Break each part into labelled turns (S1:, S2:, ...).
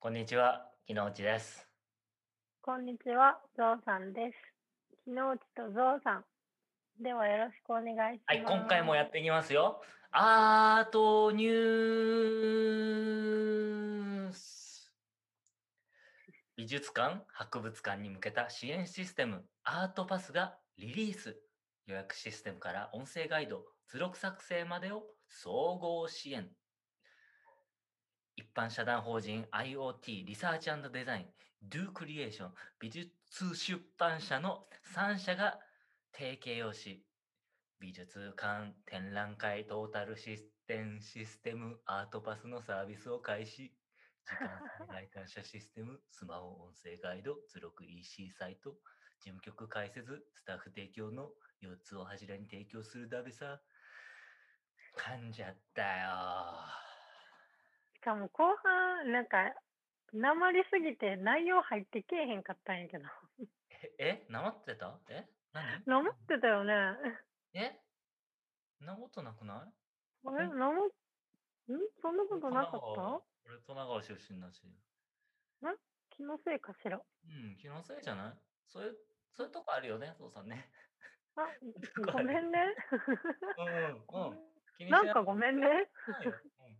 S1: こんにちは、木之内です。
S2: こんにちは、ゾウさんです。木之内とゾウさん。ではよろしくお願いし
S1: はい、
S2: ます。
S1: 今回もやっていきますよ。アートニュース美術館、博物館に向けた支援システム、アートパスがリリース。予約システムから音声ガイド、図録作成までを総合支援。一般社団法人 IoT リサーチデザイン、Do クリエーション、美術出版社の3社が提携をし、美術館展覧会トータルシステムシステムアートパスのサービスを開始。時間制外感謝システ ム、スマホ音声ガイド、図録 EC サイト、事務局解説、スタッフ提供の4つを柱に提供するダベさ。噛んじゃったよ
S2: しかも後半、なんか、なまりすぎて内容入ってけえへんかったんやけど。
S1: ー。え、なまってたえ何
S2: なまってたよね。
S1: えそんなことなくない
S2: あ
S1: う
S2: れ、
S1: ん
S2: なま、んそんなことなか
S1: 神奈
S2: っ
S1: 川
S2: た
S1: 俺神奈川出身だし。
S2: 気のせいかしら。
S1: うん、気のせいじゃないそういう、そういうとこあるよね、父さんね。
S2: あ、
S1: こあ
S2: ご
S1: る
S2: めんね。
S1: うん、うん。気にし
S2: なんかごめんね。
S1: ないようん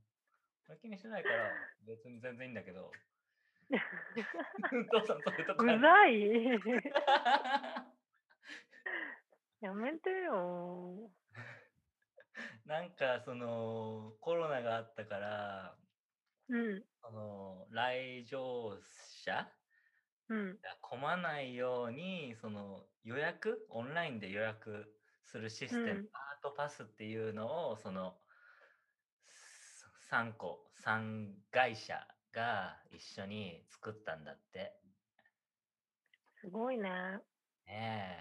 S1: 俺気にしてないから、別に全然いいんだけ ど。父さん、そういうとこ
S2: う
S1: ある。
S2: ざい。やめてよ。
S1: なんか、その、コロナがあったから、
S2: うん、
S1: その、来場者
S2: うん、
S1: が混まないようにその予約オンラインで予約するシステム、
S2: うん
S1: アートパスっていうのをその3個3会社が一緒に作ったんだって
S2: すごいね。
S1: ね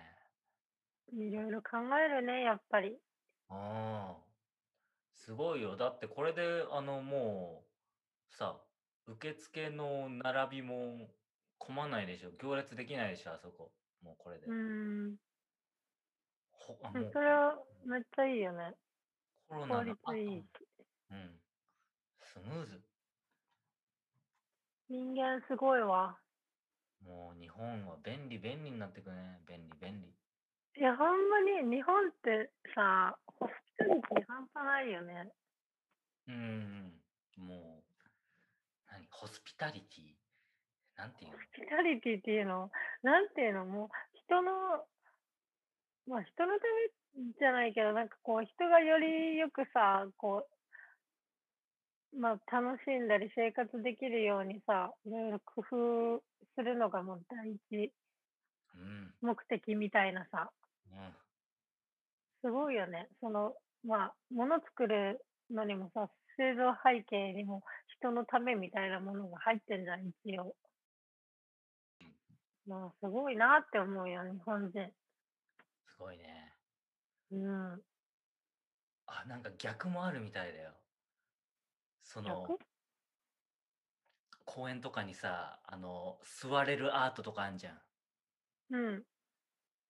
S2: いろいろ考えるね、やっぱ
S1: え
S2: り。
S1: うんすごいよだってこれであのもうさ受付の並びも混まないでしょ行列できないでしょあそこもうこれで、
S2: うん。
S1: ほあ
S2: う
S1: も
S2: ん
S1: う
S2: それはめっちゃいいよね。
S1: コロ
S2: 効
S1: ナ
S2: 率
S1: の後
S2: いいし。
S1: うん。スムーズ。
S2: 人間すごいわ。
S1: もう日本は便利便利になってくね。便利便利。
S2: いや、ほんまに日本ってさ、ホスピタリティ半端ないよね。
S1: うんうん。もう、何ホスピタリティなんていうの
S2: ホスピタリティっていうの、なんていうの、もう人の、まあ人のためじゃないけど、なんかこう人がよりよくさ、こう、まあ楽しんだり生活できるようにさ、いろいろ工夫するのがもう第一
S1: うん。
S2: 目的みたいなさ。
S1: うん。
S2: すごいよね。その、まあ、もの作るのにもさ、製造背景にも人のためみたいなものが入ってんじゃん、一応。まあ、すごいなって思うよ、日本人。
S1: すごいね。
S2: うん。
S1: あ、なんか逆もあるみたいだよ。その
S2: 逆、
S1: 公園とかにさ、あの、座れるアートとかあんじゃん。
S2: うん。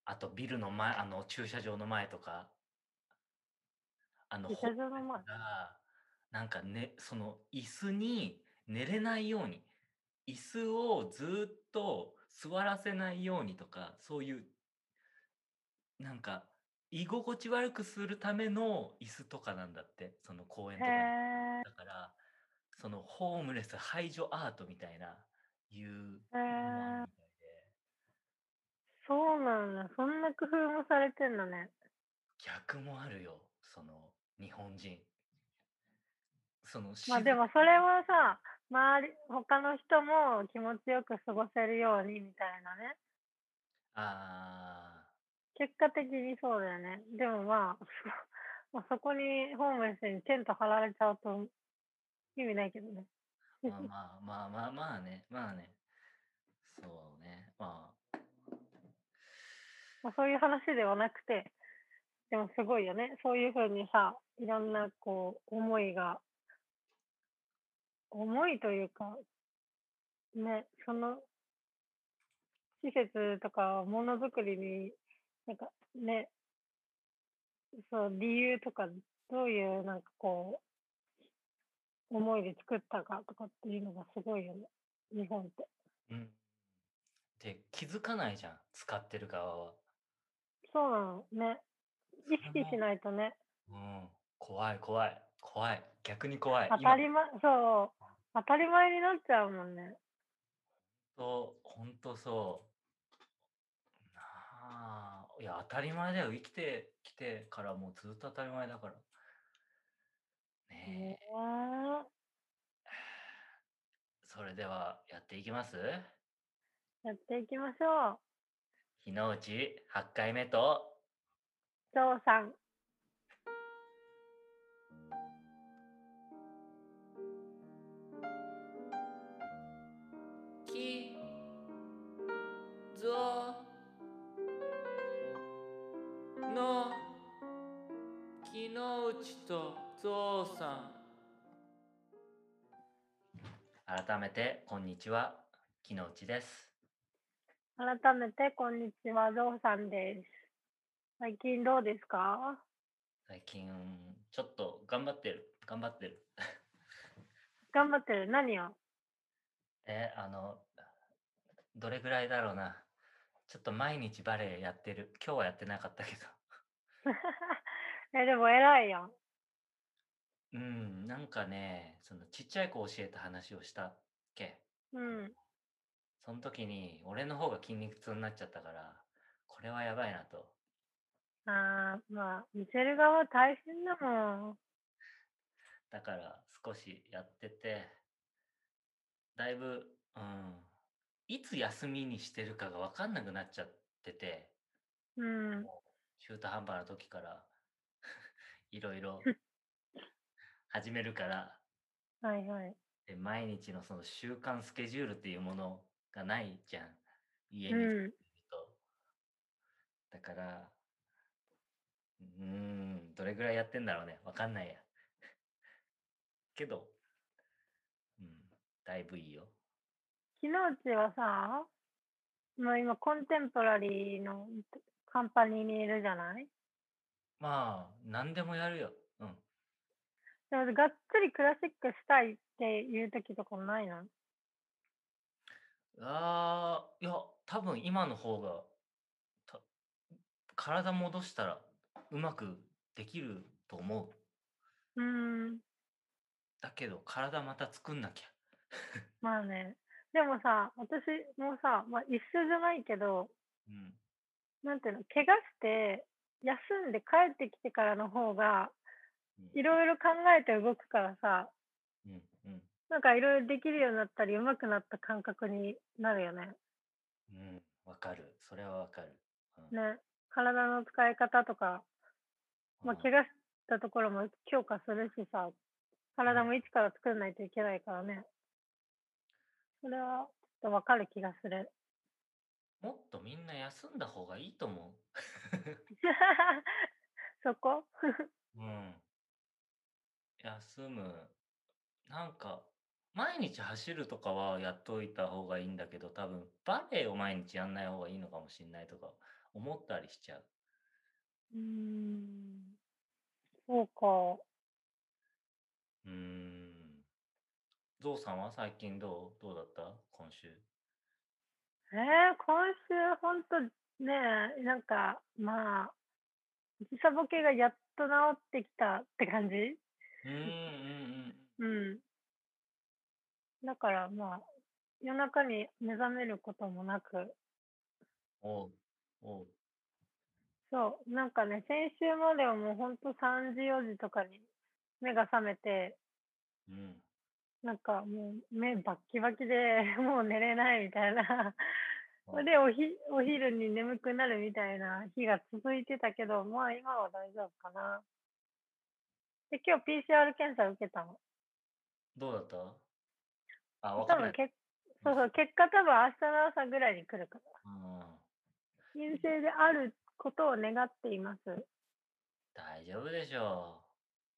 S1: あとビルの前、あの、駐車場の前とか。あの、
S2: 駐車場の前
S1: が、なんかね、その椅子に寝れないように、椅子をずーっと座らせないようにとか、そういう、なんか、居心地悪くするための椅子とかなんだって、その公園
S2: へ
S1: とかに。
S2: え。
S1: だから、そのホームレス排除アートみたいな、いう
S2: へ
S1: の
S2: ー
S1: もあるみたいで、
S2: そうなんだ。そんな工夫もされてんだね。
S1: 逆もあるよ、その、日本人。その、
S2: まあ、
S1: 静
S2: でもそれはさ、周り、他の人も気持ちよく過ごせるようにみたいなね。
S1: あ
S2: 結果的にそうだよね。でもまあ、 まあそこにホームレスにテント張られちゃうと意味ないけどね。
S1: ー、 まあまあまあまあまあね、まあね。そうね、まあ、
S2: まあそういう話ではなくて、でもすごいよね。そういうふうにさ、いろんなこう、思いが、思いというか、ね、その、施設とかものづくりに、なんかね、そう、理由とか、どういうなんかこう、思いで作ったかとかっていうのがすごいよね。日本って。
S1: うん。で、気づかないじゃん、使ってる側は。
S2: そうなのね。意識しないとね。
S1: うん。怖い、怖い、怖い。逆に怖い。
S2: 当たり前、そう。当たり前になっちゃうもんね。
S1: そう、本当そう。なあ、いや、当たり前だよ。生きてきてからもうずっと当たり前だから。ね
S2: ね
S1: え、それではやっていきます
S2: えやっていきましょう。
S1: 日のうち8回目と、
S2: 張さん。
S1: き、ぞ、の、きのうちとぞうさん。改めて、こんにちは。きのうちです。
S2: 改めて、こんにちは、張さんです。最近どうですか
S1: 最近、ちょっと頑張ってる。頑張ってる。
S2: 頑張ってる。何を
S1: え、あの、どれぐらいだろうな。ちょっと毎日バレエやってる。今日はやってなかったけど。
S2: え、でも偉いやん。
S1: うん、なんかね、そのちっちゃい子教えた話をしたっけ。
S2: うん。
S1: その時に、俺の方が筋肉痛になっちゃったから、これはやばいなと。
S2: あーまあ、見せる側大変だもん。
S1: だから少しやってて、だいぶ、うん、いつ休みにしてるかがわかんなくなっちゃってて、
S2: うん。
S1: 中途半端な時から いろいろ始めるから、
S2: はいはい。
S1: で毎日のその習慣スケジュールっていうものがないじゃん。家に
S2: う
S1: いる
S2: ん。
S1: と。だから、うーん、どれぐらいやってんだろうね。わかんないや。 けど、うん、だいぶいいよ。
S2: 木之内はさ、もう今コンテンポラリーのカンパニーにいるじゃない
S1: まあ、何でもやるよ。うん。
S2: でもがっつりクラシックしたいっていう時とかもないの
S1: ああ、いや、多分今の方が、た体戻したらうまくできると思う。
S2: うーん。
S1: だけど、体また作んなきゃ。
S2: まあね。でもさ、私もさ、まあ一緒じゃないけど、
S1: うん。
S2: なんていうの、怪我して、休んで帰ってきてからの方が、いろいろ考えて動くからさ、
S1: うん、うん。
S2: なんかいろいろできるようになったり、上手くなった感覚になるよね。
S1: うん、わかる。それはわかる。うん
S2: ね。体の使い方とか、まあ、
S1: うん
S2: 怪我したところも強化するしさ、体も一から作んないといけないからね。それは、ちょっとわかる気がする。
S1: もっとみんな休んだ方がいいと思
S2: そこ
S1: う。うん。休む。なんか、毎日走るとかはやっといた方がいいんだけど、多分バレエを毎日やんない方がいいのかもしんないとか思ったりしちゃう。
S2: うーん。そうか。
S1: うーん。ゾウさんは最近どうどうだった今週。
S2: えー、今週ほんとね、なんか、まあ、時差ボケがやっと治ってきたって感じ
S1: うん、うん、うん。
S2: うん。だからまあ、夜中に目覚めることもなく、
S1: おう、おう。
S2: そう、なんかね、先週まではもうほんと3時、4時とかに目が覚めて、
S1: うん。
S2: なんかもう目バッキバキで もう寝れないみたいな。
S1: うん
S2: でおひ、お昼に眠くなるみたいな日が続いてたけど、まあ今は大丈夫かな。で、今日 PCR 検査受けたの。
S1: どうだったあ、わ
S2: 多
S1: かる
S2: 分。結そうそう、結果多分明日の朝ぐらいに来るから。
S1: うん。
S2: 陰性であることを願っています。
S1: 大丈夫でしょ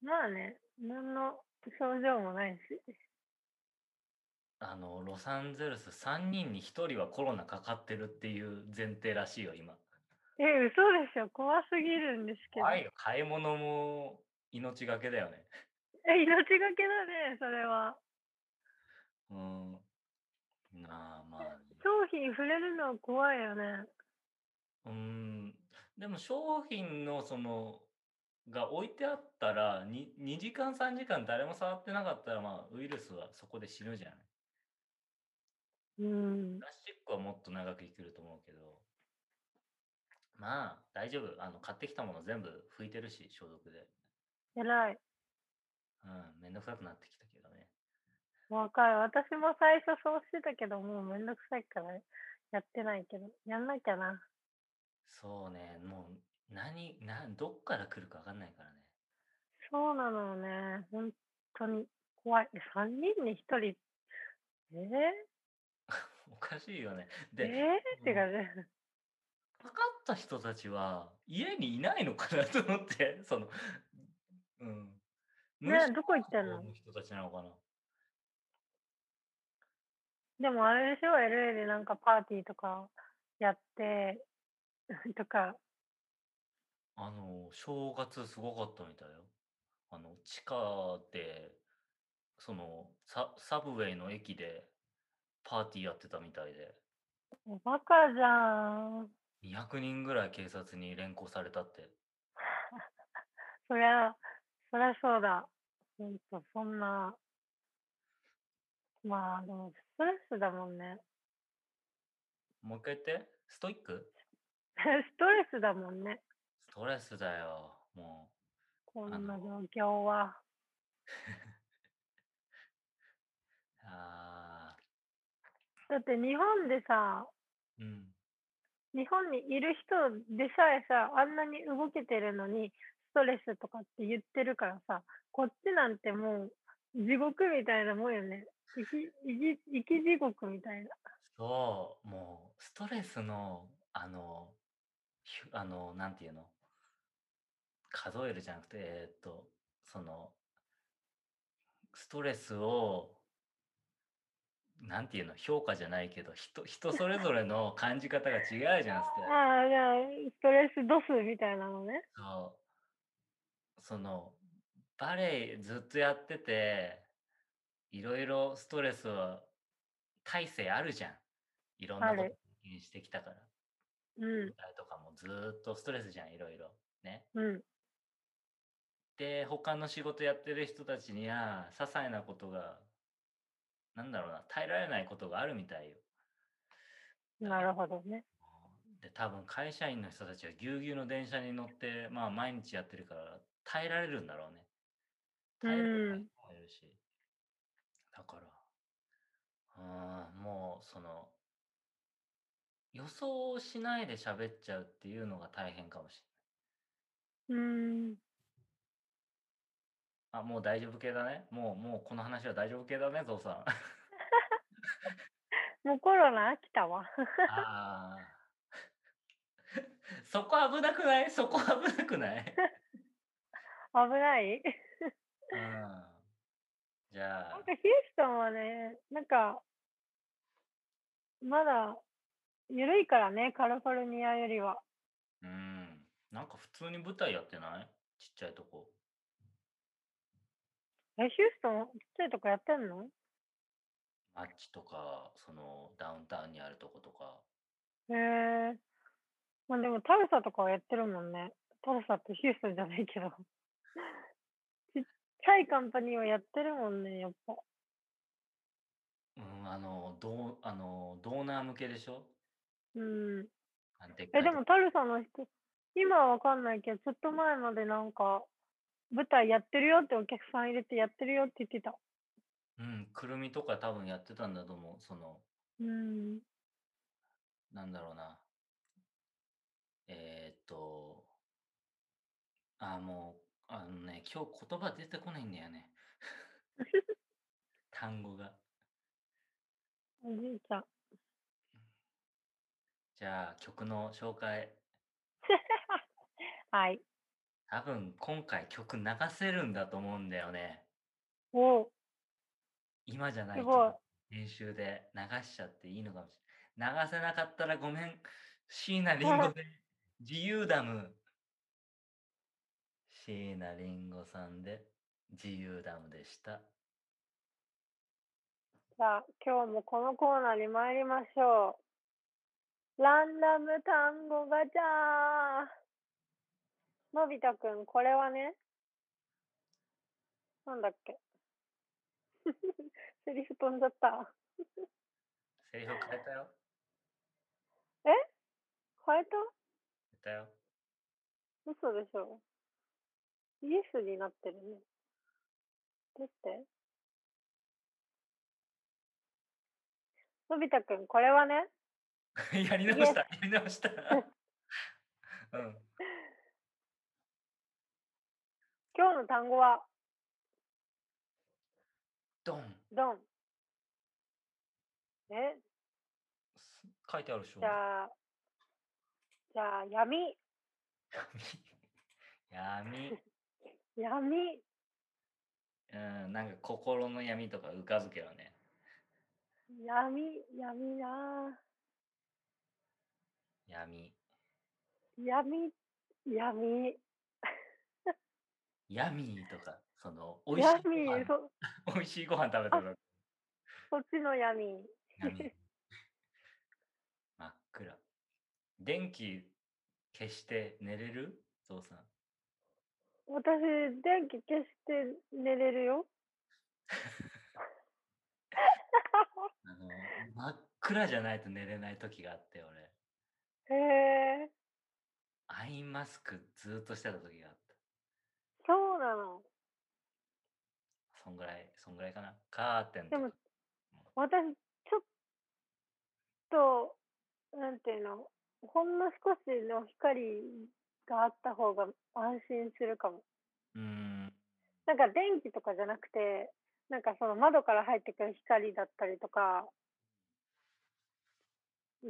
S2: まあね、何の症状もないし。
S1: う。あの、ロサンゼルス3人に1人はコロナかかってるっていう前提らしいよ、今。
S2: え、嘘でしょ怖すぎるんですけど。
S1: 怖いよ。買い物も命がけだよね。
S2: え、命がけだね、それは。
S1: うん。
S2: に触れるのは怖いよね。
S1: うん。でも商品のその、が置いてあったら、に2時間3時間誰も触ってなかったら、まあウイルスはそこで死ぬじゃない。
S2: うん
S1: プ。ラスチックはもっと長く生きると思うけど、まあ大丈夫。あの、買ってきたもの全部拭いてるし、消毒で。
S2: 偉い。
S1: うん、めんどくさくなってきたけどね。
S2: 若い。私も最初そうしてたけど、もうめんどくさいからやってないけど、やんなきゃな。
S1: そうね、もう何、などっから来るか分かんないからね。
S2: そうなのよね。本当に怖い。3人に1人。えー、
S1: おかしいよね。
S2: え
S1: で、
S2: ー、って
S1: うん
S2: 感じ。
S1: かかった人たちは家にいないのかなと思って、 その、うん。
S2: ねえどこ行ったの
S1: 無症状人たちなのかな
S2: でもあれでしょ ?LA でなんかパーティーとかやって、 とか、
S1: あの、正月すごかったみたいよ。あの、地下で、そのサ、サブウェイの駅でパーティーやってたみたいで、
S2: おバカじゃん。
S1: 200人ぐらい警察に連行されたって。
S2: そりゃ、そりゃそうだ。ほんと、そんな。まあ、でも、ストレスだもんね。
S1: もう一回言って、ストイック
S2: ストレスだもんね。
S1: ストレスだよ、も
S2: こん
S1: あ
S2: な
S1: の
S2: 状況は。
S1: う。あ
S2: だって日本でさ、
S1: ーうん。
S2: 日本にいる人でさえさ、あんなに動けてるのに、ストレスとかって言ってるからさ、こっちなんてもう、地獄みたいなもんよね。生き、生き、生き地獄みたいな。
S1: そう、もう、ストレスの、あの、ひゅあの、なんていうの数えるじゃなくて、えーっと、その、ストレスを、なんていうの評価じゃないけど、人、人それぞれの感じ方が違うじゃん、ス トレス。
S2: ああ、じゃあ、ストレス度数みたいなのね。
S1: そうそのバレエずっとやってていろいろストレスは体制あるじゃんいろんなこと
S2: ある
S1: 経験してきたから
S2: うん
S1: 舞、台とかもずーっとストレスじゃんいろいろね
S2: うん。
S1: で他の仕事やってる人たちには些細なことがなんだろうな耐えられないことがあるみたいよ
S2: なるほどね。
S1: で多分会社員の人たちはぎゅうぎゅうの電車に乗ってまあ毎日やってるから耐えられるんだろうね耐えられる
S2: うん
S1: 人もいるし、だからうんもうその予想しないで喋っちゃうっていうのが大変かもし
S2: うーん。
S1: れないあもう大丈夫系だねもうもうこの話は大丈夫系だねゾウさんあ
S2: もうコロナ飽きたわ。
S1: あー そこ危なくないそこ危なく ない
S2: 危ない
S1: うんじゃあ
S2: なんかヒューストンはね、なんか、まだ、緩いからね、カリフォルニアよりは。
S1: うん。なんか普通に舞台やってないちっちゃいとこ。
S2: え、ヒューストン、ちっちゃいとこやってんの
S1: マッチとか、そのダウンタウンにあるとことか。
S2: へえ。まあでも、タルサとかはやってるもんね。タルサってヒューストンじゃないけど。 ちっちゃいカンパニーはやってるもんね、やっぱ。
S1: うん、あの、どう、あの、ドーナー向けでしょ
S2: うん。
S1: あのでっか
S2: え、
S1: い
S2: でも、タルサの人、今はわかんないけど、ちょっと前までなんか、舞台やってるよってお客さん入れてやってるよって言ってた。
S1: うん、くるみとか多分やってたんだと思う。その、
S2: うん。
S1: なんだろうな。えー、っと、あ、もう、あのね、今日言葉出てこないんだよね。単語が。
S2: おじいちゃん。
S1: じゃあ、曲の紹介。
S2: はい。
S1: 多分今回曲流せるんだと思うんだよね。
S2: おう
S1: 今じゃない
S2: す
S1: と
S2: ごい
S1: 練習で流しちゃっていいのかもしれない。流せなかったらごめん。椎名林檎で自由ダム。椎名林檎さんで自由ダムでした。
S2: じゃあ、今日もこのコーナーに参りましょう。ランダム単語ガチャのび太くん、これはね、なんだっけ。 セリフ飛んじゃった。
S1: セリフ変えたよ。
S2: 変えた
S1: 変えたよ。
S2: 嘘でしょ。イエスになってるね。出て。のび太くん、これはね、
S1: やり直した、やり直 した。うん。
S2: 今日の単語は、
S1: ドン。
S2: ドン。え、
S1: す書いてあるでしょ
S2: じ。ゃあ、じゃあ、闇、
S1: 闇。
S2: 闇、
S1: うん、なんか心の闇とか浮かぶけどね。
S2: 闇、闇な
S1: 闇。
S2: ぁ闇、闇、
S1: 闇とか、その、美味しいご
S2: 闇、
S1: 飯、
S2: そ、
S1: 美味しいご飯食べたら
S2: そっちの闇。
S1: 闇。真っ暗。電気消して寝れるゾウさん。
S2: 私、電気消して寝れるよ。
S1: あの、真っ暗じゃないと寝れない時があって、俺。
S2: へえ、
S1: アイマスクずーっとしてた時があった。
S2: そうなの。
S1: そんぐらい、そんぐらいかな。カーテンと
S2: で
S1: か。
S2: も私、ちょっと、なんていうの、ほんの少しの光があった方が安心するかも。
S1: うーん。
S2: なんか電気とかじゃなくて、なんかその窓から入ってくる光だったりとか、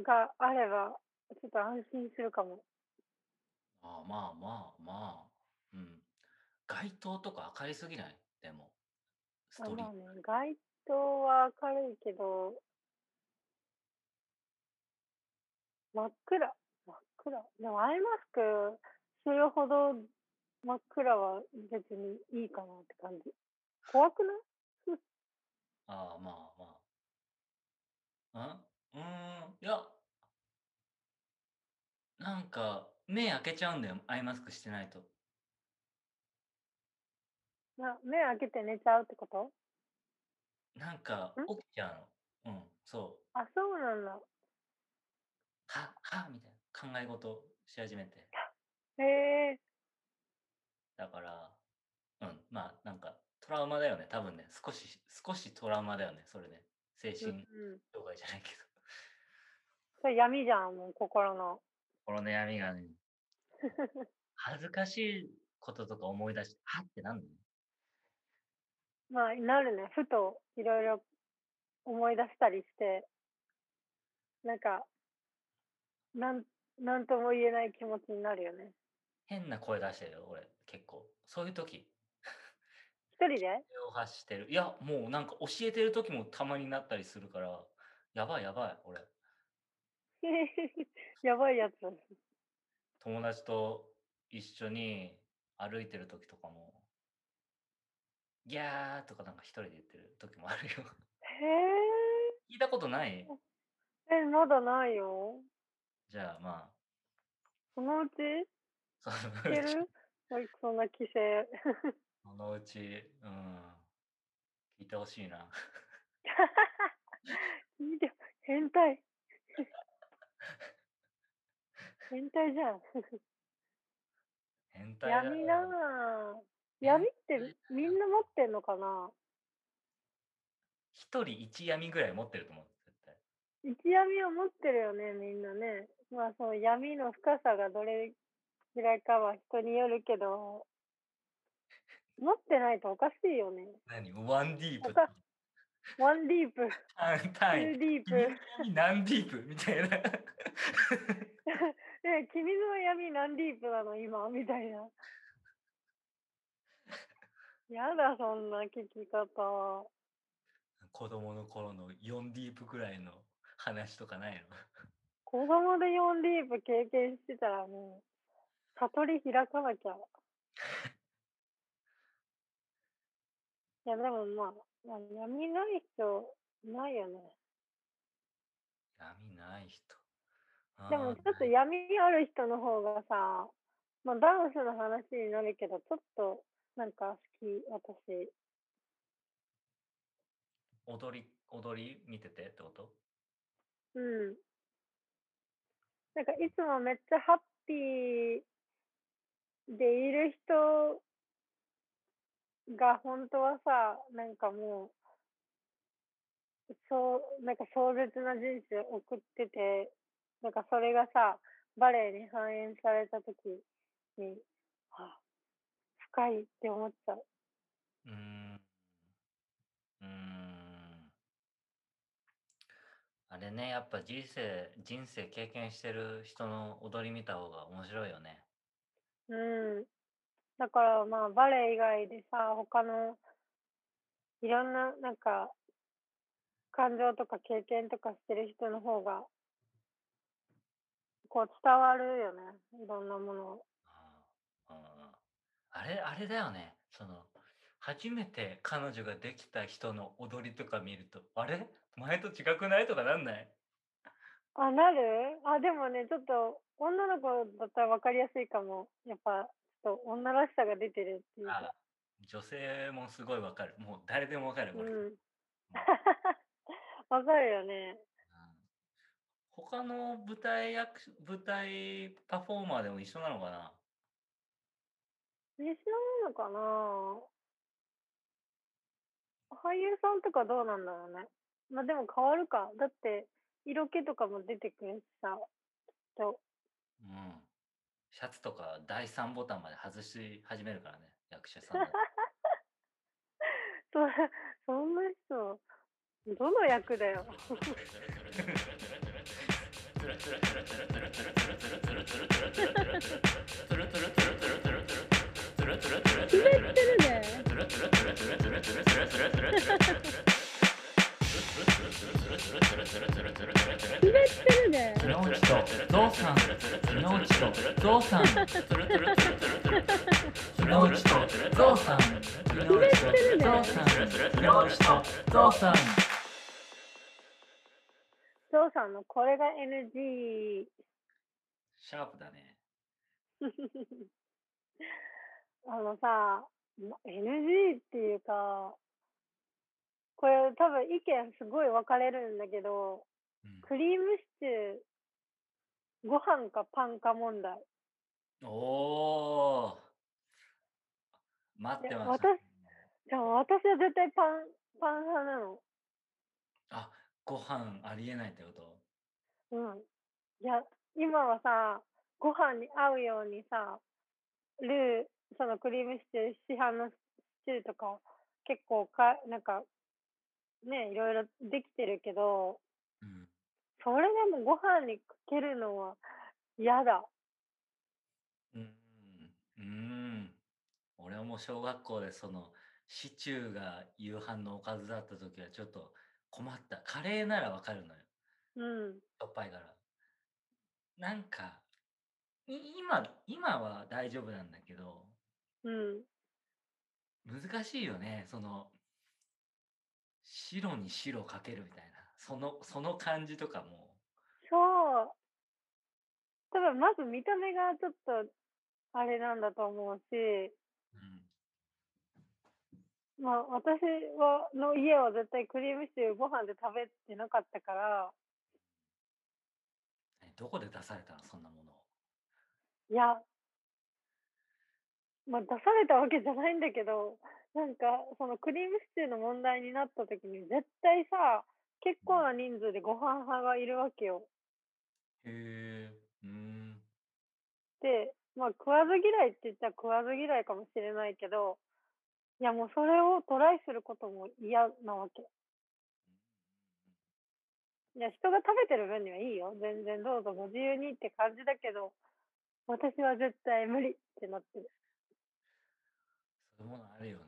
S2: があれば、ちょっと安心するかも。
S1: ああまあまあまあ。うん。街灯とか明るすぎないでも。ス
S2: あ
S1: トリ
S2: ま
S1: ー
S2: あ
S1: ト。
S2: ね、街灯は明るいけど、真っ暗、真っ暗。でもアイマスクするほど真っ暗は別にいいかなって感じ。怖くない
S1: ああまあまあ。んうーん。いや。なんか、目開けちゃうんだよ。アイマスクしてないと。
S2: な目開けて寝ちゃうってこと
S1: なんか、
S2: ん
S1: 起きちゃうの。うん。そう。
S2: あ、そうなんだ。
S1: は、は、みたいな。考え事し始めて。
S2: へえ、
S1: だから、うん。まあ、なんか、トラウマだよね。多分ね。少し、少しトラウマだよね。それね。精
S2: うんう
S1: 神
S2: ん。
S1: 障害じゃないけど。
S2: それ闇じゃん、もう心の。
S1: この悩みがね、恥ずかしいこととか思い出して、はってなんの
S2: まあ、なるね。ふといろいろ思い出したりして、なんか、なん、なんとも言えない気持ちになるよね。
S1: 変な声出してるよ、俺、結構。そういう時、
S2: 一人で
S1: 手を発してる。いや、もうなんか教えてる時もたまになったりするから、やばいやばい、俺。
S2: やばいやつ。
S1: 友達と一緒に歩いてる時とかも、ギャーとかなんか一人で言ってる時もあるよ。
S2: へ
S1: 聞いたことない
S2: え。え、まだないよ。
S1: じゃあま
S2: そのうち
S1: あ、そ の
S2: いけ
S1: うち、
S2: るはいそんな規制。
S1: そのうち、うん、聞いてほしいな。
S2: いいじゃん。変態。変態じゃん。
S1: 変態だよ
S2: 闇なぁ。闇ってみんな持ってんのかな
S1: 一人一闇ぐらい持ってると思う絶対
S2: 一闇を持ってるよね、みんなね。まあ、その闇の深さがどれぐらいかは人によるけど、持ってないとおかしいよね。
S1: 何ワンディープ
S2: 他ワンディープ、
S1: 単
S2: ツ
S1: 単位
S2: ーディープ、
S1: 君の闇何ディープみたいな
S2: ね、君の闇何ディープなの今、みたいな。やだ、そんな聞き方。
S1: 子供の頃の4ディープぐらいの話とかない
S2: 子供で4ディープ経験してたらもう、悟り開かな きゃ。いや、でもまあ、まあ、闇ない人、ないよね。
S1: の闇ない人う
S2: でも
S1: あー
S2: ちょっと闇ある人の方がさ、まあ、ダンスの話になるけど、ちょっとなんか好き、私。
S1: 踊り、踊り見ててってこと
S2: うん。なんかいつもめっちゃハッピーでいる人が本当はさ、なんかもう、そう、なんか壮絶な人生を送ってて、なんかそれがさ、バレエに反映された時に、あ、深いって思っちゃう。
S1: うーん。うーん。あれね、やっぱ人生、人生経験してる人の踊り見た方が面白いよね。
S2: うん。だからまあバレエ以外でさ、他のいろんななんか感情とか経験とかしてる人の方がこう伝わるよね。いろんなものを。
S1: うんうんあれ、あれだよね。その、初めて彼女ができた人の踊りとか見ると、あれ前と違くないとかなんない
S2: あ、なるあ、でもね、ちょっと女の子だったら分かりやすいかも。やっぱちょっと女らしさが出てるっていうか。
S1: あ女性もすごいわかる。もう誰でもわかる。
S2: う
S1: これうん
S2: ん。分かるよね。
S1: 他の舞台役、舞台パフォーマーでも一緒なのかな
S2: 一緒なのかな俳優さんとかどうなんだろうね。まあでも変わるか。だって、色気とかも出てくるしさ。 きっと。
S1: うん。シャツとか第3ボタンまで外し始めるからね、役者さんが。
S2: そ、そんな人、どの役だよ。滑ってるね。
S1: 木之内とゾウさん、木之内とゾウさん、木之内とゾウさん、木之内とゾウさん、木之内とゾウさん。
S2: 滑ってるね。ゾウさんのこれが NG。
S1: シャープだね。
S2: あのさ、ま NG っていうか、これ多分意見すごい分かれるんだけど、
S1: うん
S2: クリームシチュー、ご飯かパンか問題。
S1: おー待ってました
S2: いや私じゃあ私は絶対パン、パン派なの。
S1: あご飯ありえないってこと
S2: うん。いや、今はさ、ご飯に合うようにさ、ルー、そのクリームシチュー、市販のシチューとか、結構か、なんか、ね、いろいろできてるけど、
S1: うん
S2: それでもご飯にかけるのは嫌だ。
S1: うんうん俺はもう小学校でそのシチューが夕飯のおかずだった時はちょっと困ったカレーならわかるのよ
S2: うん。
S1: しょっぱいからなんかい今今は大丈夫なんだけど
S2: うん。
S1: 難しいよねその白に白かけるみたいなそのその感じとかも
S2: そう。多分まず見た目がちょっと、あれなんだと思うし、
S1: うん
S2: まあ私は、の家は絶対クリームシチューご飯で食べてなかったから、
S1: えどこで出されたのそんなものを
S2: いや、まあ出されたわけじゃないんだけど、なんかそのクリームシチューの問題になった時に絶対さ、結構な人数でご飯派がいるわけよ。
S1: へえうん
S2: で、まあ食わず嫌いって言ったら食わず嫌いかもしれないけど、いやもうそれをトライすることも嫌なわけ。いや、人が食べてる分にはいいよ。全然どうぞご自由にって感じだけど、私は絶対無理ってなってる。
S1: そういうものあるよね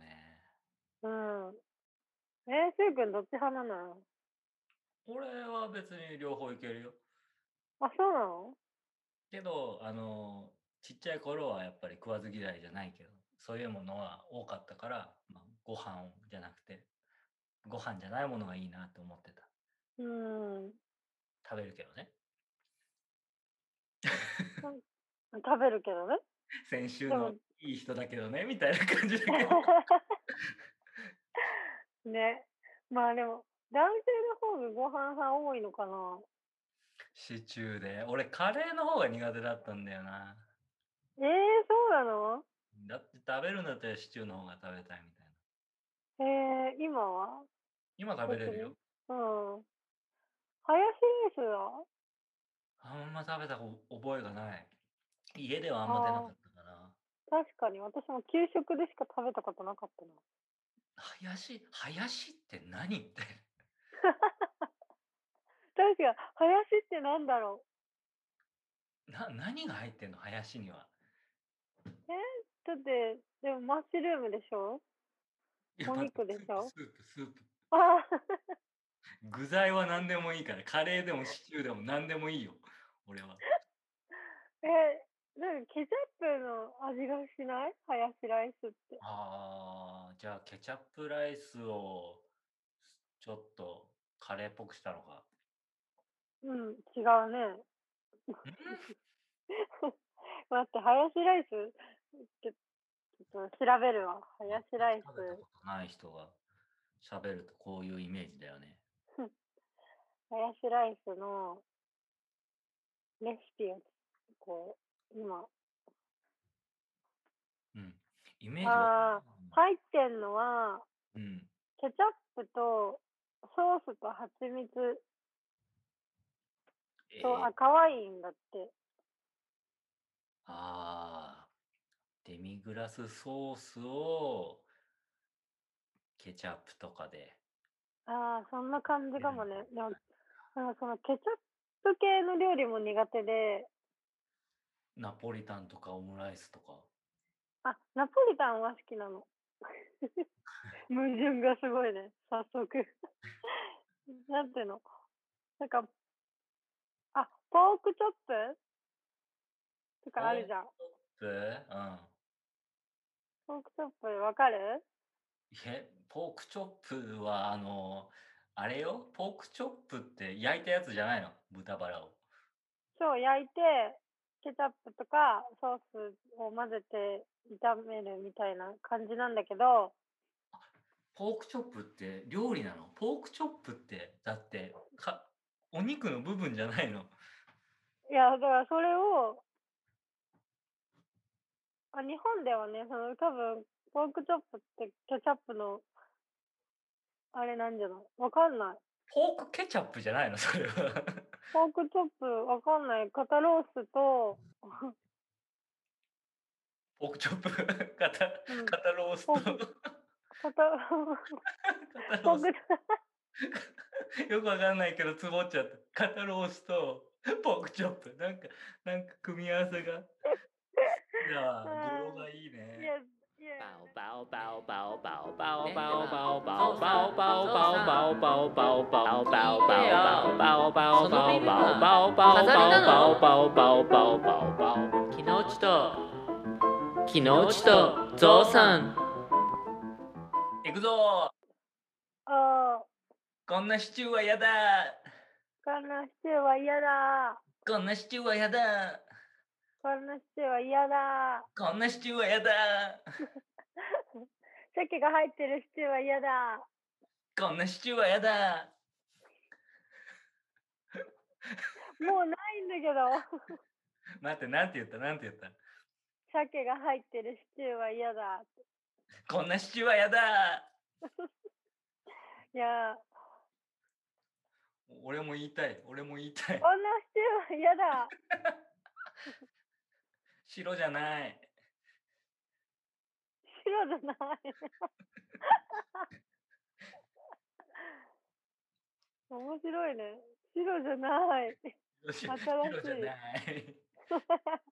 S2: うん。えー、しゅうくんどっち派なの
S1: 俺は別に両方いけるよ
S2: あ、そうなの
S1: けどあのちっちゃい頃はやっぱり食わず嫌いじゃないけどそういうものは多かったから、まあ、ご飯じゃなくてご飯じゃないものがいいなって思ってた
S2: うん。
S1: 食べるけどね
S2: 食べるけどね。
S1: 先週
S2: で
S1: の
S2: も
S1: いい人だけどねみたいな感じだけど
S2: ね。まあでも、男性の方がご飯派多いのかな。
S1: シチューで俺カレーの方が苦手だったんだよな
S2: ええそうなの
S1: だって食べるんだったらシチューの方が食べたいみたいな
S2: ええ今は
S1: 今食べれるよ
S2: うん。ハヤシライスは
S1: あんま食べたこ覚えがない家ではあんま出なかったから
S2: 確かに私も給食でしか食べたことなかったな。
S1: 林林って何って
S2: 確かに、ハヤシってなんだろ
S1: な何が入ってんの林には
S2: う。だって、でもマッシュルームでしょ
S1: いや
S2: お
S1: 待って
S2: 肉でしょ
S1: スープスープスープ
S2: ああ、
S1: 具材は何でもいいからカレーでもシチューでも何でもいいよ俺は
S2: えなんかケチャップの味がしないハヤシライスって。
S1: あーじゃあケチャップライスをちょっとカレーっぽくしたのか
S2: うん、違うね。待って、ハヤシライスちょちょっと調べるわ。ハヤシライス。
S1: 食べたことない人が喋るとこういうイメージだよね
S2: ハヤシライスのレシピを、こう、今。
S1: うんイメージは
S2: 入ってんのは、
S1: うん
S2: ケチャップとソースと蜂蜜
S1: え
S2: と、
S1: ー
S2: あ、可愛いんだって。
S1: あーデミグラスソースをケチャップとかで
S2: ああ、そんな感じかもね。
S1: うん
S2: でも、なんかそのケチャップ系の料理も苦手で、
S1: ナポリタンとかオムライスとか
S2: あ、ナポリタンは好きなの。矛盾がすごいね、早速。 なんていうのなんか、あ、ポークチョップとかあるじゃん。
S1: えうん
S2: ポークチョップわかる
S1: えポークチョップはあのあれよポークチョップって焼いたやつじゃないの豚バラを
S2: そう、焼いて、ケチャップとかソースを混ぜて炒めるみたいな感じなんだけど、
S1: ポークチョップって料理なのポークチョップってだってかお肉の部分じゃないの
S2: いや、だからそれを、あ日本ではね、その多分、ポークチョップってケチャップの、あれなんじゃないわかんない。
S1: ポークケチャップじゃないのそれは
S2: ポークチョップわかんない。肩ロースと、
S1: ポークチョップ 肩
S2: うん
S1: 肩ロース
S2: ポ
S1: ト
S2: ーク肩、
S1: 肩
S2: ポ
S1: ロ
S2: ー
S1: ー
S2: クチョッ
S1: スよくわかんないけどつぼっちゃった肩ローストポークチョップなんかなんか組み合わせがじゃあ語呂がいいね
S2: プ、いや、いや、
S3: 包包包包包包包包包包包包包包包包包包包包包包包包包包木之内と木之内とゾウさん
S1: 行くぞ
S2: あー、
S1: こんなシチューは嫌だ
S2: こんなシチューは嫌だ。
S1: こんなシチューは嫌だ
S2: こんなシチューは嫌だ。
S1: こんなシチューは嫌だ
S2: 鮭が入ってるシチューは嫌だ。
S1: こんなシチューは嫌だ
S2: もうないんだけど。
S1: 待って、なんて言ったなんて言った
S2: 鮭が入ってるシチューは嫌だ。
S1: こんなシチューは嫌だ
S2: いやー、
S1: 俺も言いたい、俺も言いたい
S2: こ。んなシチューは嫌だ。
S1: 白じゃない。
S2: 白じゃない。 面白いね。白じゃない。
S1: 白じゃ
S2: 新しい
S1: ない。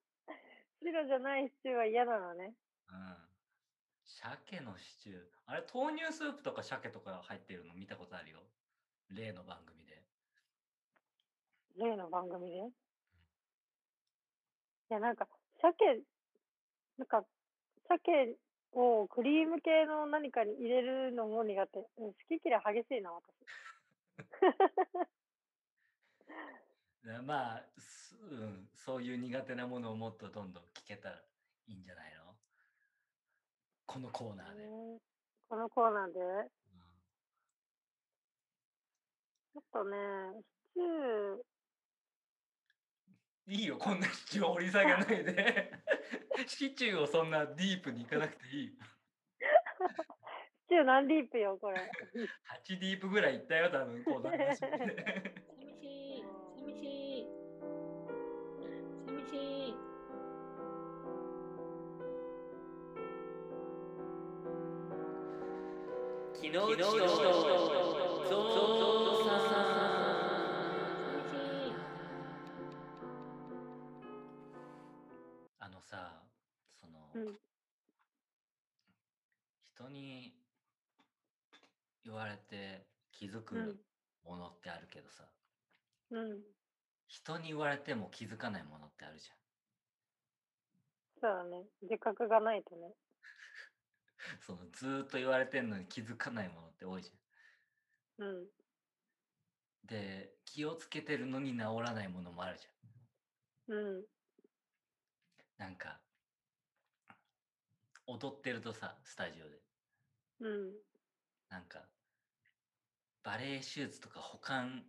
S2: 白じゃないシチューは嫌なのね。
S1: うん。鮭のシチュー。あれ、豆乳スープとか鮭とか入ってるの見たことあるよ。例の番組で。
S2: 例の番組で。いや、なんか、鮭、なんか、鮭をクリーム系の何かに入れるのも苦手。うん好き嫌い激しいな、私。
S1: なまあ、すうん、そういう苦手なものをもっとどんどん聞けたらいいんじゃないのこのコーナーで。うん
S2: うんこのコーナーでちょっとね、シチュー、
S1: いいよ、こんなシチュー掘り下げないで。 シチューをそんなディープに行かなくていい。
S2: シチュー何ディープよ、これ。
S1: 8ディープぐらい行ったよ、多分こうなって。
S3: 寂しい寂しい寂しい
S1: 昨日昨日
S3: ゾウゾウさん
S1: あのさ、その、
S2: うん
S1: 人に言われて気づ
S2: う
S1: く
S2: ん
S1: ものってあるけどさ、
S2: うん、
S1: 人に言われても気づかないものってあるじゃん。
S2: そうだね。自覚がないとね。
S1: そのずーっと言われてんのに気づかないものって多いじゃん。
S2: うん。
S1: で、気をつけてるのに治らないものもあるじ
S2: うん。
S1: ゃん。なんか、踊ってるとさ、スタジオで。
S2: うん。
S1: なんか、バレエ手術とか保管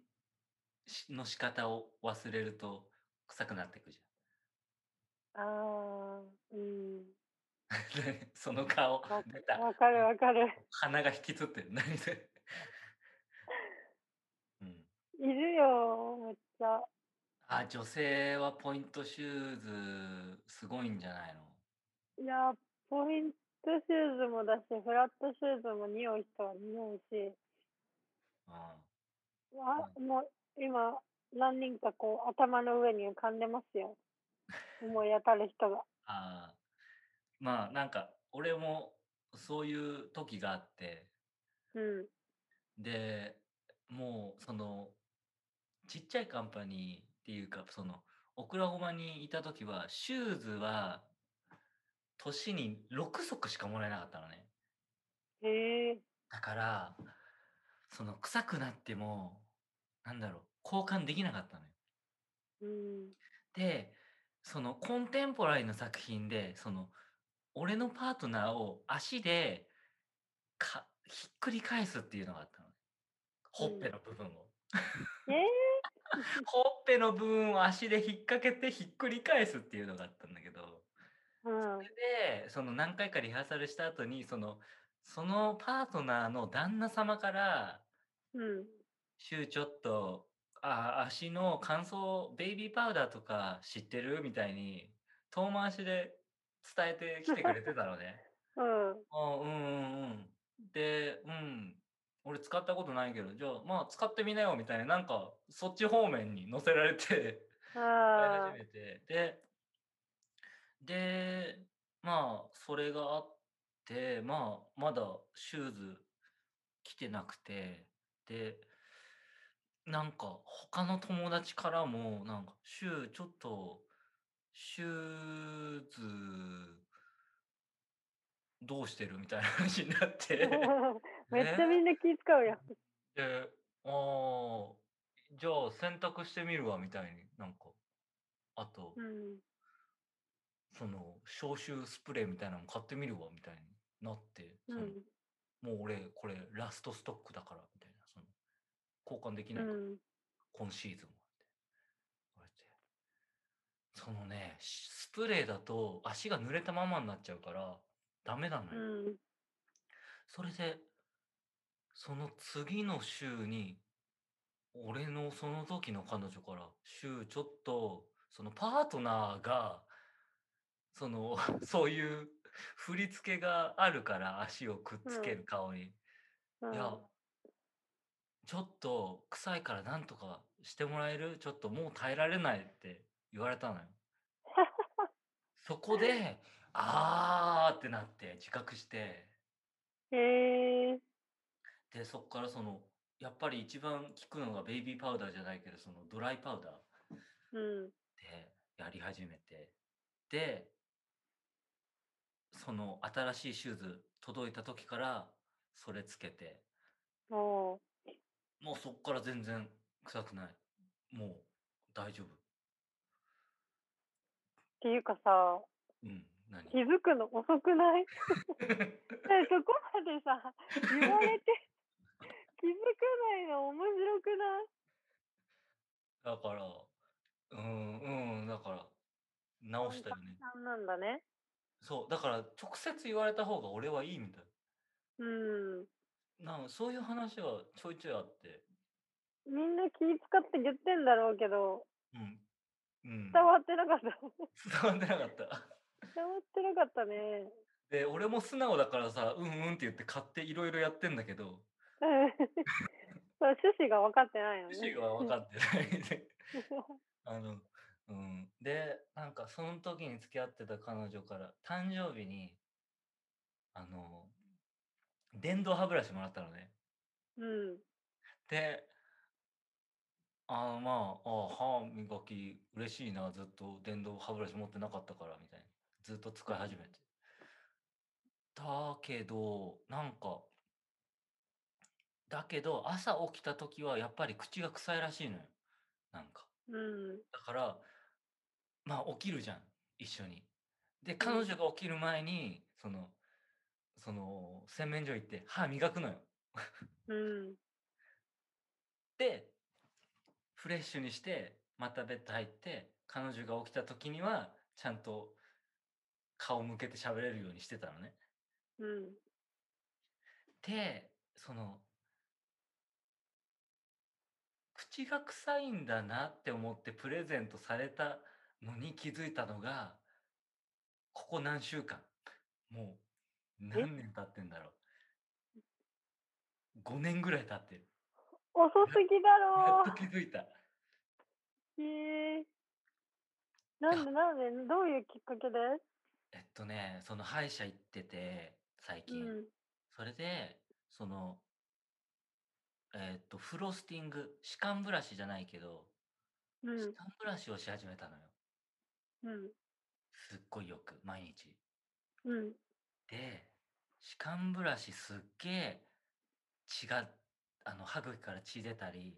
S1: しの仕方を忘れると臭くなってくじ
S2: あー、うん。
S1: ゃん。 何その顔、
S2: わ
S1: 出た。
S2: わかるわかる。
S1: 鼻が引きつってる。何それ。 うん。
S2: いるよ、めっちゃ。
S1: あ、女性はポイントシューズすごいんじゃないの
S2: いやー、ポイントシューズもだし、フラットシューズも匂い人は匂うし、
S1: う
S2: あもう今、何人かこう頭の上に浮かんでますよ。思い当たる人が。
S1: ん。あーまあなんか俺もそういう時があって
S2: うん。
S1: でもうそのちっちゃいカンパニーっていうかそのオクラホマにいた時はシューズは年に6足しかもらえなかったのね
S2: へえ。
S1: だからその臭くなってもなんだろう交換できなかったのよ
S2: うん。
S1: でそのコンテンポラリーの作品でその俺のパートナーを足でかひっくり返すっていうのがあったのねほっぺの部分を、
S2: ええ
S1: ほっぺの部分を足で引っ掛けてひっくり返すっていうのがあったんだけど
S2: うん。
S1: でその何回かリハーサルした後にそのそのパートナーの旦那様から
S2: うん。
S1: 週ちょっとあ足の乾燥ベイビーパウダーとか知ってるみたいに遠回しで伝えてきてくれてたのね。
S2: うん。
S1: あうんうんうん。で、うん。俺使ったことないけど、じゃあまあ使ってみなよみたいな、なんかそっち方面に乗せられて、使い
S2: あ
S1: 始めて、で、で、まあそれがあって、まあまだシューズ着てなくて、で、なんか他の友達からもなんか「シューちょっとシューズどうしてる?」みたいな話になっ て
S2: ーめっちゃみんな気使うやん。
S1: で「ああじゃあ洗濯してみるわ」みたいになんかあと
S2: うん。
S1: その消臭スプレーみたいなの買ってみるわみたいになって、
S2: う
S1: その
S2: ん。
S1: もう俺これラストストックだからみたいなその交換でき
S2: う
S1: ないから
S2: ん。
S1: 今シーズンはって言われてそのねしスプレーだと足が濡れたままになっちゃうからダメなの
S2: う
S1: よ、
S2: ん。
S1: それでその次の週に俺のその時の彼女から「週ちょっとそのパートナーがその そういう振り付けがあるから足をくっつけ
S2: う
S1: る顔に、
S2: うん
S1: いやちょっと臭いからなんとかしてもらえるちょっともう耐えられないって言われたのよ。そこで、あーってなって自覚して、
S2: へえ。
S1: で、そこからその、やっぱり一番効くのがベイビーパウダーじゃないけど、そのドライパウダー
S2: うん。
S1: でやり始めて、で、その新しいシューズ届いた時からそれつけて、
S2: おう。
S1: もうそこから全然臭くない。もう大丈夫。
S2: ていうかさ、
S1: うん、何
S2: 気づくの遅くない だってそこまでさ、言われて 気づかないの面白くない
S1: だから、うん、うん、だから、直したよね。
S2: なんなんだね。
S1: そう、だから、直接言われた方が俺はいいみたい。
S2: うん。
S1: なんそういう話はちょいちょいあって。
S2: みんな気使って言ってんだろうけど、
S1: うん。うん、
S2: 伝わってなかった。
S1: 伝わってなかった。
S2: 伝わってなかったね。
S1: で、俺も素直だからさ、うんうんって言って買っていろいろやってんだけど、
S2: うんそう趣旨が分かってないのね。
S1: 趣旨が分かってないで あの、うん、でなんかその時に付き合ってた彼女から誕生日にあの電動歯ブラシもらったのね
S2: うん。
S1: であのまああ歯磨き嬉しいなずっと電動歯ブラシ持ってなかったからみたいなずっと使い始めてだけどなんかだけど朝起きた時はやっぱり口が臭いらしいのよなんか
S2: うん。
S1: だからまあ起きるじゃん一緒に。で彼女が起きる前にそのその洗面所行って歯磨くのよ。
S2: うん。
S1: でフレッシュにしてまたベッド入って彼女が起きた時にはちゃんと顔向けて喋れるようにしてたのね。
S2: うん。
S1: でその口が臭いんだなって思ってプレゼントされたのに気づいたのがここ何週間もう何年経ってんだろう5年ぐらい経ってる
S2: 遅すぎだ
S1: や
S2: ろ
S1: っと気づいた
S2: う。へえなんでなんでどういうきっかけで
S1: えっとねその歯医者行ってて最
S2: う
S1: 近、
S2: ん。
S1: それでそのえっとフロスティング歯間ブラシじゃないけど
S2: う
S1: 歯
S2: ん。
S1: 間ブラシをし始めたのよ
S2: うん。
S1: すっごいよく毎日
S2: うん。
S1: で歯間ブラシすっげえ血があの歯茎から血出たり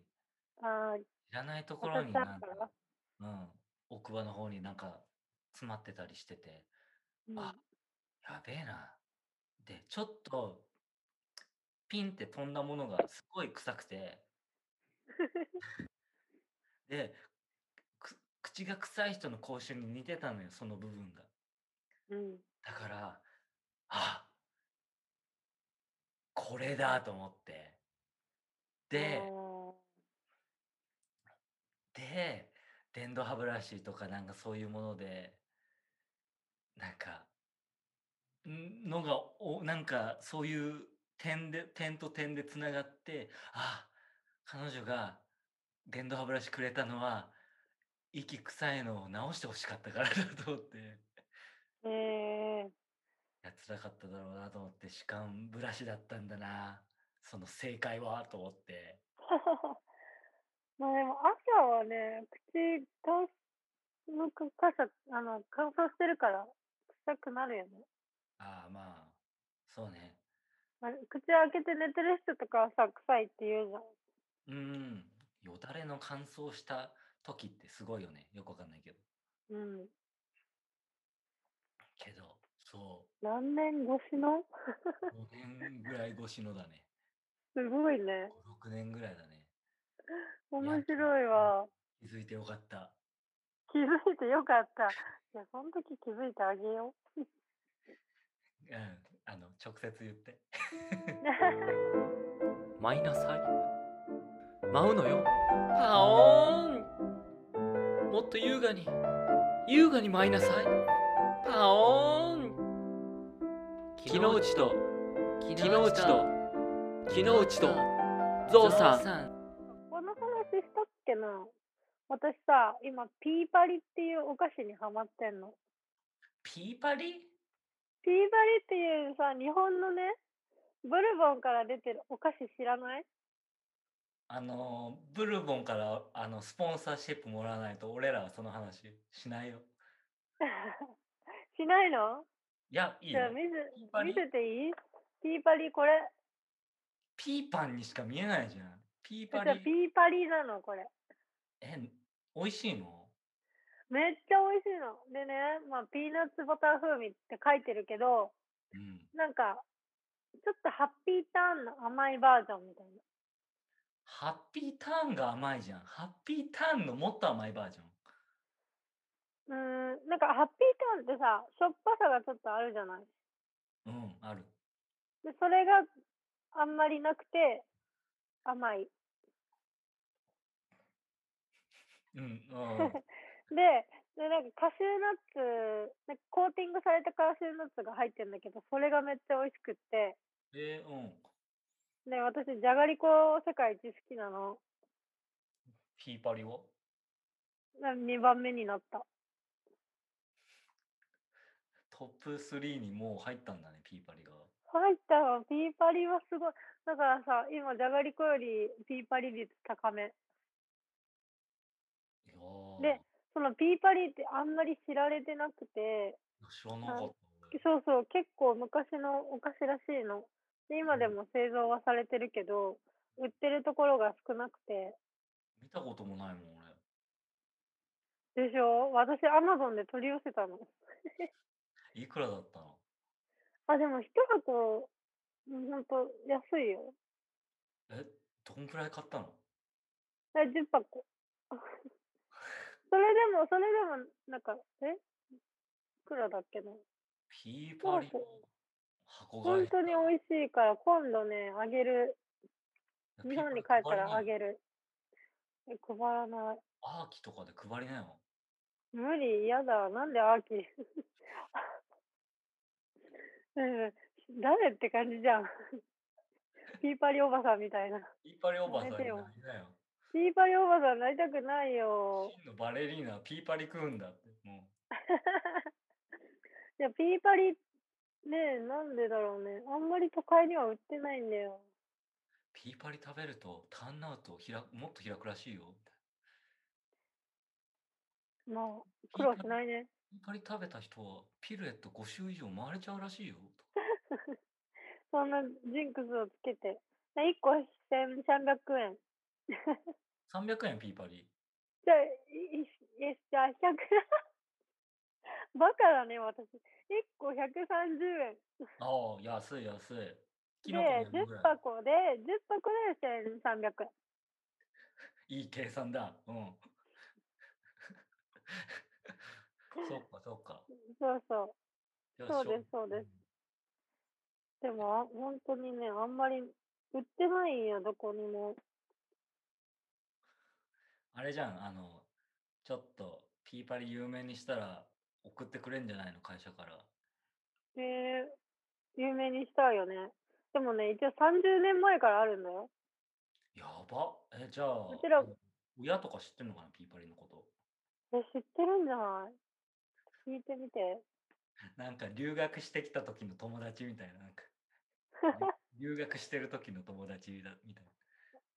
S2: ああ、
S1: いらないところに
S2: 当たっ
S1: なん
S2: ちゃう
S1: か、うん、奥歯の方になんか詰まってたりしてて
S2: うん
S1: あやべえなでちょっとピンって飛んだものがすごい臭くてでく口が臭い人の口臭に似てたのよその部分が
S2: うん。
S1: だから、あこれだと思って。で、で、電動歯ブラシとかなんかそういうもので、なんか、んのがお、なんかそういう点で、点と点でつながって、あ彼女が電動歯ブラシくれたのは、息臭いのを直してほしかったからだと思って。
S2: ええ
S1: いや、辛かっただろうなと思って、歯間ブラシだったんだな。その正解はと思って。
S2: まあでも朝はね、口乾燥の乾燥あの乾燥してるから臭くなるよね。
S1: ああ、まあ、そうね。
S2: あれ口開けて寝てる人とかはさ、臭いって言うじゃん。
S1: うん。よだれの乾燥した時ってすごいよね。よくわかんないけど。
S2: うん。
S1: けど、そ
S2: 何年越しの
S1: う。5年ぐらい越しのだね。
S2: すごいね。
S1: 5、6年ぐらいだね。
S2: 面白いわ。
S1: 気づいてよかった。
S2: 気づいてよかった。いや、その時気づいてあげよ
S1: うん。あの、直接言って。
S2: う。
S3: 舞いなさい舞うのよパオーンもっと優雅に優雅に舞いなさいパオーン木の内と木の内と木の内とゾウさん
S2: この話したっけな私さ、今、ピーパリっていうお菓子にハマってんの。
S1: ピーパリ
S2: ピーパリっていうさ、日本のね、ブルボンから出てるお菓子知らない
S1: あの、ブルボンから、あの、スポンサーシップもらわないと、俺らはその話しないよ。
S2: しないの
S1: いや、いい
S2: じゃあ
S1: よ。
S2: 見せ
S1: ピーパリ
S2: 見せていいピーパリこれ。
S1: ピーパンにしか見えないじゃん。ピー
S2: じゃ
S1: パ
S2: あ
S1: リ。
S2: ピーパリなのこれ。
S1: え、美味しいの
S2: めっちゃ美味しいの。でね、まあ、ピーナッツバター風味って書いてるけど、
S1: うん。
S2: なんか、ちょっとハッピーターンの甘いバージョンみたいな。
S1: ハッピーターンが甘いじゃん。ハッピーターンのもっと甘いバージョン。
S2: うーん、なんかハッピーターンってさ、しょっぱさがちょっとあるじゃない。
S1: うん、ある。
S2: で、それがあんまりなくて、甘い。
S1: うん、 うん。
S2: で、で、なんかカシューナッツ、なんかコーティングされたカシューナッツが入ってるんだけど、それがめっちゃ美味しくって、
S1: えー、うん。
S2: で、私、じゃがりこ世界一好きなの。
S1: ヒーパリは
S2: 2番目になった。
S1: トップ3にもう入ったんだね、ピーパリが。
S2: 入ったわ、ピーパリはすごい。だからさ、今、じゃがりこよりピーパリ率高め。
S1: いやー
S2: でそのピーパリってあんまり知られてなくて、
S1: 知らなかった。俺
S2: そうそう、結構昔のお菓子らしいの。で、今でも製造はされてるけど、売ってるところが少なくて。
S1: 見たこともないもん、俺。
S2: でしょ私、アマゾンで取り寄せたの。
S1: いくらだったの
S2: あ、でも一箱、うんほんと安いよ。
S1: え、どんくらい買ったの
S2: え、10箱。 それでも、それでも、なんか、えいくらだっけな
S1: ピーパリ
S2: そう
S1: の箱買
S2: 本
S1: い
S2: 当に美味しいから、今度ね、あげる。
S1: いや
S2: 日本
S1: ピ
S2: に
S1: ー
S2: 帰
S1: パリ
S2: ったらあ
S1: 配りなよ
S2: げる。え配らない。
S1: アーキとかで配りなよ。
S2: 無理、嫌だ。なんでアーキー うん誰って感じじゃん。ピーパリおばさんみたいな。
S1: ピーパリおばさんに
S2: や
S1: な
S2: め
S1: り
S2: てよ
S1: なよ。
S2: ピーパリおばさんなりたくないよ。
S1: 真のバレリーナはピーパリ食うんだって。も
S2: いや、ピーパリ、ねえ、なんでだろうね。あんまり都会には売ってないんだよ。
S1: うピーパリ食べるとターンアウト開くもっと開くらしいよ。
S2: まあ、苦労しないね。
S1: ピーパリ食べた人はピルエット5周以上回れちゃうらしいよ。
S2: そんなジンクスをつけて。1個1300円。
S1: 300円ピーパリ。
S2: じゃあ、いいえじゃあ100 バカだね、私。1個130円。
S1: ああ、安い安い。キ
S2: で、
S1: ノコの山ぐ
S2: 10
S1: らい
S2: 箱で、10箱で1300円。
S1: いい計算だ。 うん。そっかそっか。
S2: そうそう。
S1: よ
S2: そう
S1: しょ
S2: ですそうです。でも、あ本当にね、あんまり売ってないんよ、どこにも。
S1: あれじゃん、あの、ちょっとピーパリ有名にしたら送ってくれんじゃないの、会社から。
S2: えー、有名にしたいよね。でもね、一応30年前からあるんだよ。
S1: やばえ、じゃあ、
S2: ちら
S1: あの親とか知ってんのかな、ピーパリのこと。
S2: え、知ってるんじゃない聞いてみて。
S1: なんか留学してきた時の友達みたいな、なんか。留学してる時の友達だみたい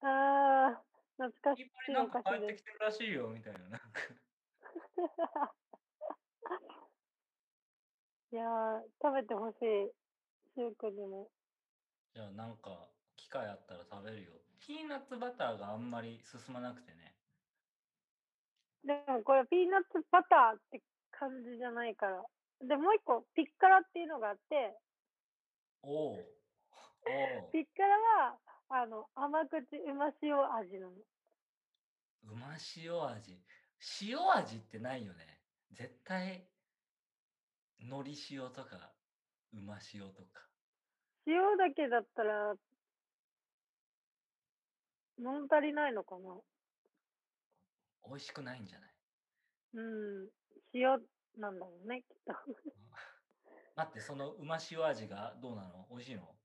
S1: な。
S2: あー、懐かし
S1: ピ
S2: い
S1: ーパリなんか
S2: お菓
S1: 帰
S2: 子
S1: っ
S2: で
S1: て
S2: す
S1: きてるらしいよみたいな。なんか
S2: いやー、食べてほしい。シュウくんにも。
S1: じゃあなんか機会あったら食べるよ。ピーナッツバターがあんまり進まなくてね。
S2: でもこれピーナッツバターって感じじゃないから。で、もう一個、ピッカラっていうのがあって、
S1: おうおう。
S2: ピッカラは、あの、甘口うま塩味なの。
S1: うま塩味。塩味ってないよね。絶対、のり塩とか、うま塩とか。
S2: 塩だけだったら、物足りないのかな
S1: 美味しくないんじゃない
S2: うん。塩なんだろうね、きっと。
S1: 待って、そのうま塩味がどうなの美味しいの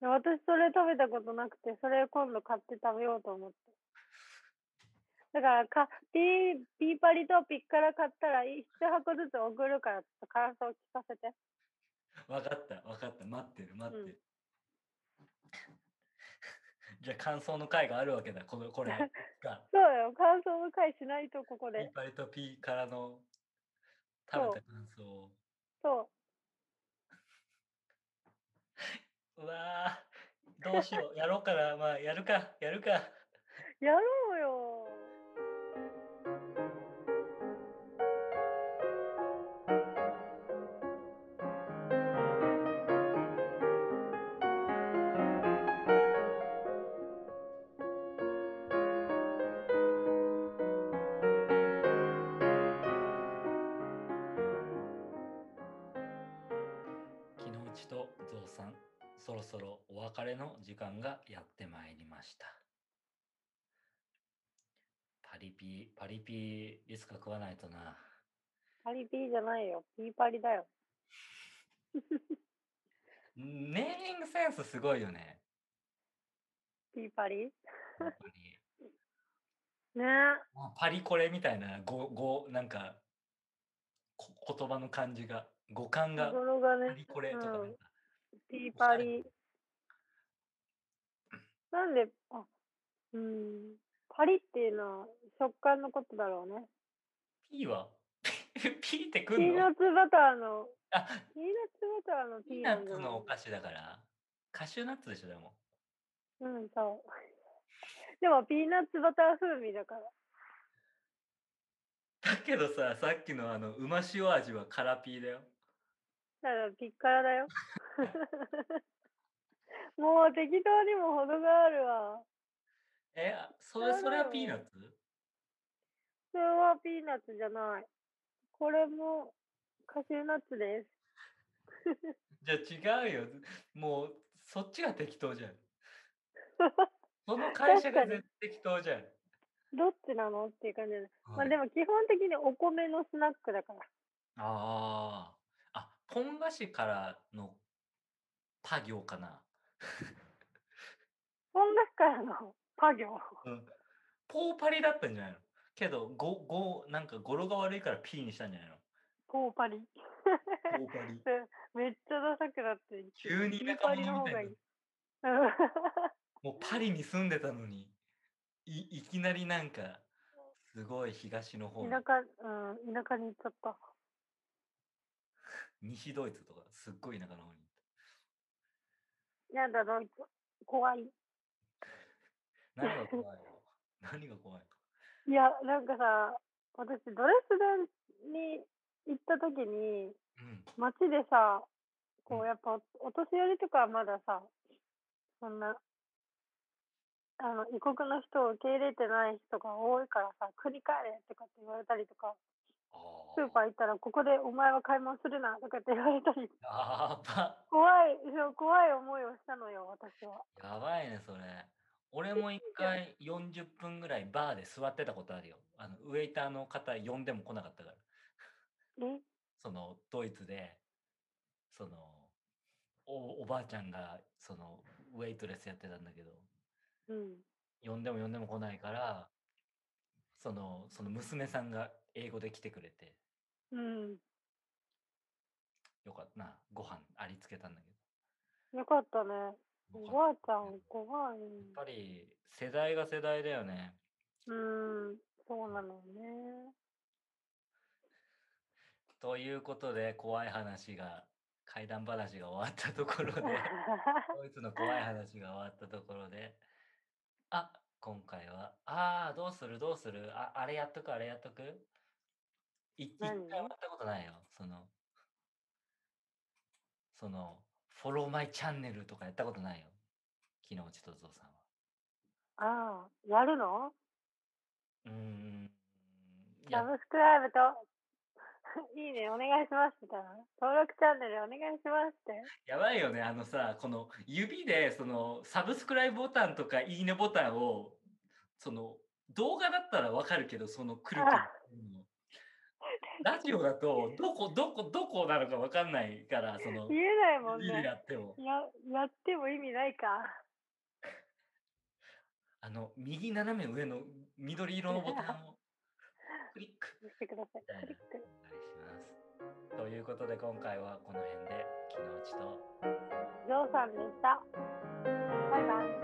S2: で私それ食べたことなくて、それ今度買って食べようと思って。だからか、ピー、ピーパリとピッカラ買ったら、一箱ずつ送るから、ちょっと感想聞かせて。
S1: わかった、わかった。待ってる、待ってる。じゃあ感想の回があるわけだ、この これが。
S2: そうよ、感想の回しないと、ここ
S1: ピー
S2: で。
S1: パリとピーからの食べた感想を。
S2: そう
S1: わあ、どうしよう。やろうかな。 まあ、やるか、やるか。
S2: う。やろうよ。
S1: そろそろお別れの時間がやってまいりました。パリピ、パリピ、いつか食わないとな。
S2: パリピーじゃないよ。ピーパリだよ。
S1: ネーミングセンスすごいよ ね。
S2: ピーパリ
S1: 本当に
S2: ね
S1: もうパリコレみたいな、ご、ご、なんか、こ言葉の感じが、語感
S2: え。
S1: が
S2: とこ、ろが
S1: パ
S2: ね
S1: リ、コレとかなんか
S2: うんピーパリ。なんで、あ、うん。パリっていうのは食感のことだろうね。
S1: ピーは、 ピーってく
S2: ピー
S1: ん
S2: ナ
S1: の
S2: ッツバターの、
S1: あ、
S2: ピーナッツバターの
S1: ピ
S2: ピ
S1: ー
S2: ー
S1: ナ
S2: なん
S1: ッ
S2: じ
S1: ツ
S2: ゃない
S1: のお菓子だから、カシューナッツでしょ、でも。
S2: うん、そう。でもピーナッツバター風味だから。
S1: だけどさ、さっきのあの、うま塩味は辛ピーだよ。
S2: だからピッカラだ よ。もう適当にも程があるわ。
S1: え、あそれ、それはピーナッツ
S2: それはピーナッツじゃない。これもカシューナッツです。
S1: じゃあ違うよ。もう、そっちが適当 じゃん。その会社が
S2: 確か
S1: 絶対適当じゃん。
S2: どっちなのっていう感じで。まあで
S1: も。
S2: も基本的にお米のスナックだから。
S1: ああ。あ、ポン菓子からのパ行かな。
S2: 音楽からのパ行。
S1: うん。ポーパリだったんじゃないのけど、ご、ご、なんか語呂が悪いからピーにしたんじゃないの
S2: ポーパリ。
S1: ポーパリ。
S2: めっちゃダサくなってる。
S1: 急に
S2: ピー
S1: 仲
S2: パ
S1: 間
S2: リの
S1: み
S2: 方
S1: たい
S2: が
S1: ない
S2: い。。うん
S1: もうパリに住んでたのに、いいきなりなんか、すごい東の方
S2: 田
S1: の
S2: 舎、うん、田舎に行っちゃった。
S1: 西ドイツとか、すっごい田舎の方に。
S2: やだ、ドイツ。怖い。
S1: 何が怖いの何が怖い
S2: いや、なんかさ、私、ドレスデンに行った時に、
S1: のうん。
S2: 街でさ、こ
S1: うん
S2: う、やっぱ、お年寄りとかはまださ、そんな、あの、異国の人を受け入れてない人が多いからさ、繰り返れとかって言われたりとか、
S1: あ
S2: スーパー行ったら、ここでお前は買い物するなとかって言われたり、
S1: あー。や
S2: 怖い、 そう怖い思いをしたのよ、私は。
S1: ば、やばいね、それ。俺も一回40分ぐらいバーで座ってたことあるよ。あの、ウェイターの方呼んでも来なかったから。
S2: え
S1: その、ドイツで、その、おおばあちゃんが、その、ウェイトレスやってたんだけど、
S2: うん。
S1: 呼んでも呼んでも来ないから、その、その娘さんが英語で来てくれて、
S2: うん。
S1: よかったな、ご飯ありつけたんだけど。
S2: よかったね。お
S1: よ
S2: ば
S1: か
S2: あ
S1: っ
S2: ち
S1: た
S2: ゃ
S1: よ
S2: ん、怖い。
S1: やっぱり世代が世代だよね。
S2: うん、そう なのよね。
S1: ということで怖い話が怪談話が終わったとこ ろでドイツの怖い話が終わったところであ今回はああどうするどうするああれやっとくあれやっとくい一回
S2: 何
S1: もやったことないよそのそのフォローマイチャンネルとかやったことないよ木之内とぞさんは。
S2: ああ、やるの
S1: うーんい
S2: サ
S1: や
S2: ブスクライブと、 いいね、お願いしますみたいな。登録チャンネルお願いしますって。
S1: やばいよね、あのさ、この指でそのサブスクライブボタンとかいいねボタンを、その動画だったらわかるけど、そのくるくる
S2: あ
S1: ラジオだと、どこ、どこ、どこなのかわかんないから、その
S2: 言、えないもん
S1: 指でや
S2: ね。
S1: っても。
S2: や、やっても意味ないか。
S1: あの、右斜め上の緑色のボタンをクリック。
S2: 見してください。
S1: みたいな
S2: クリック。
S1: お願いします。ということで、今回はこの辺で、木の内と
S2: ジョーさんでした。バイバイ。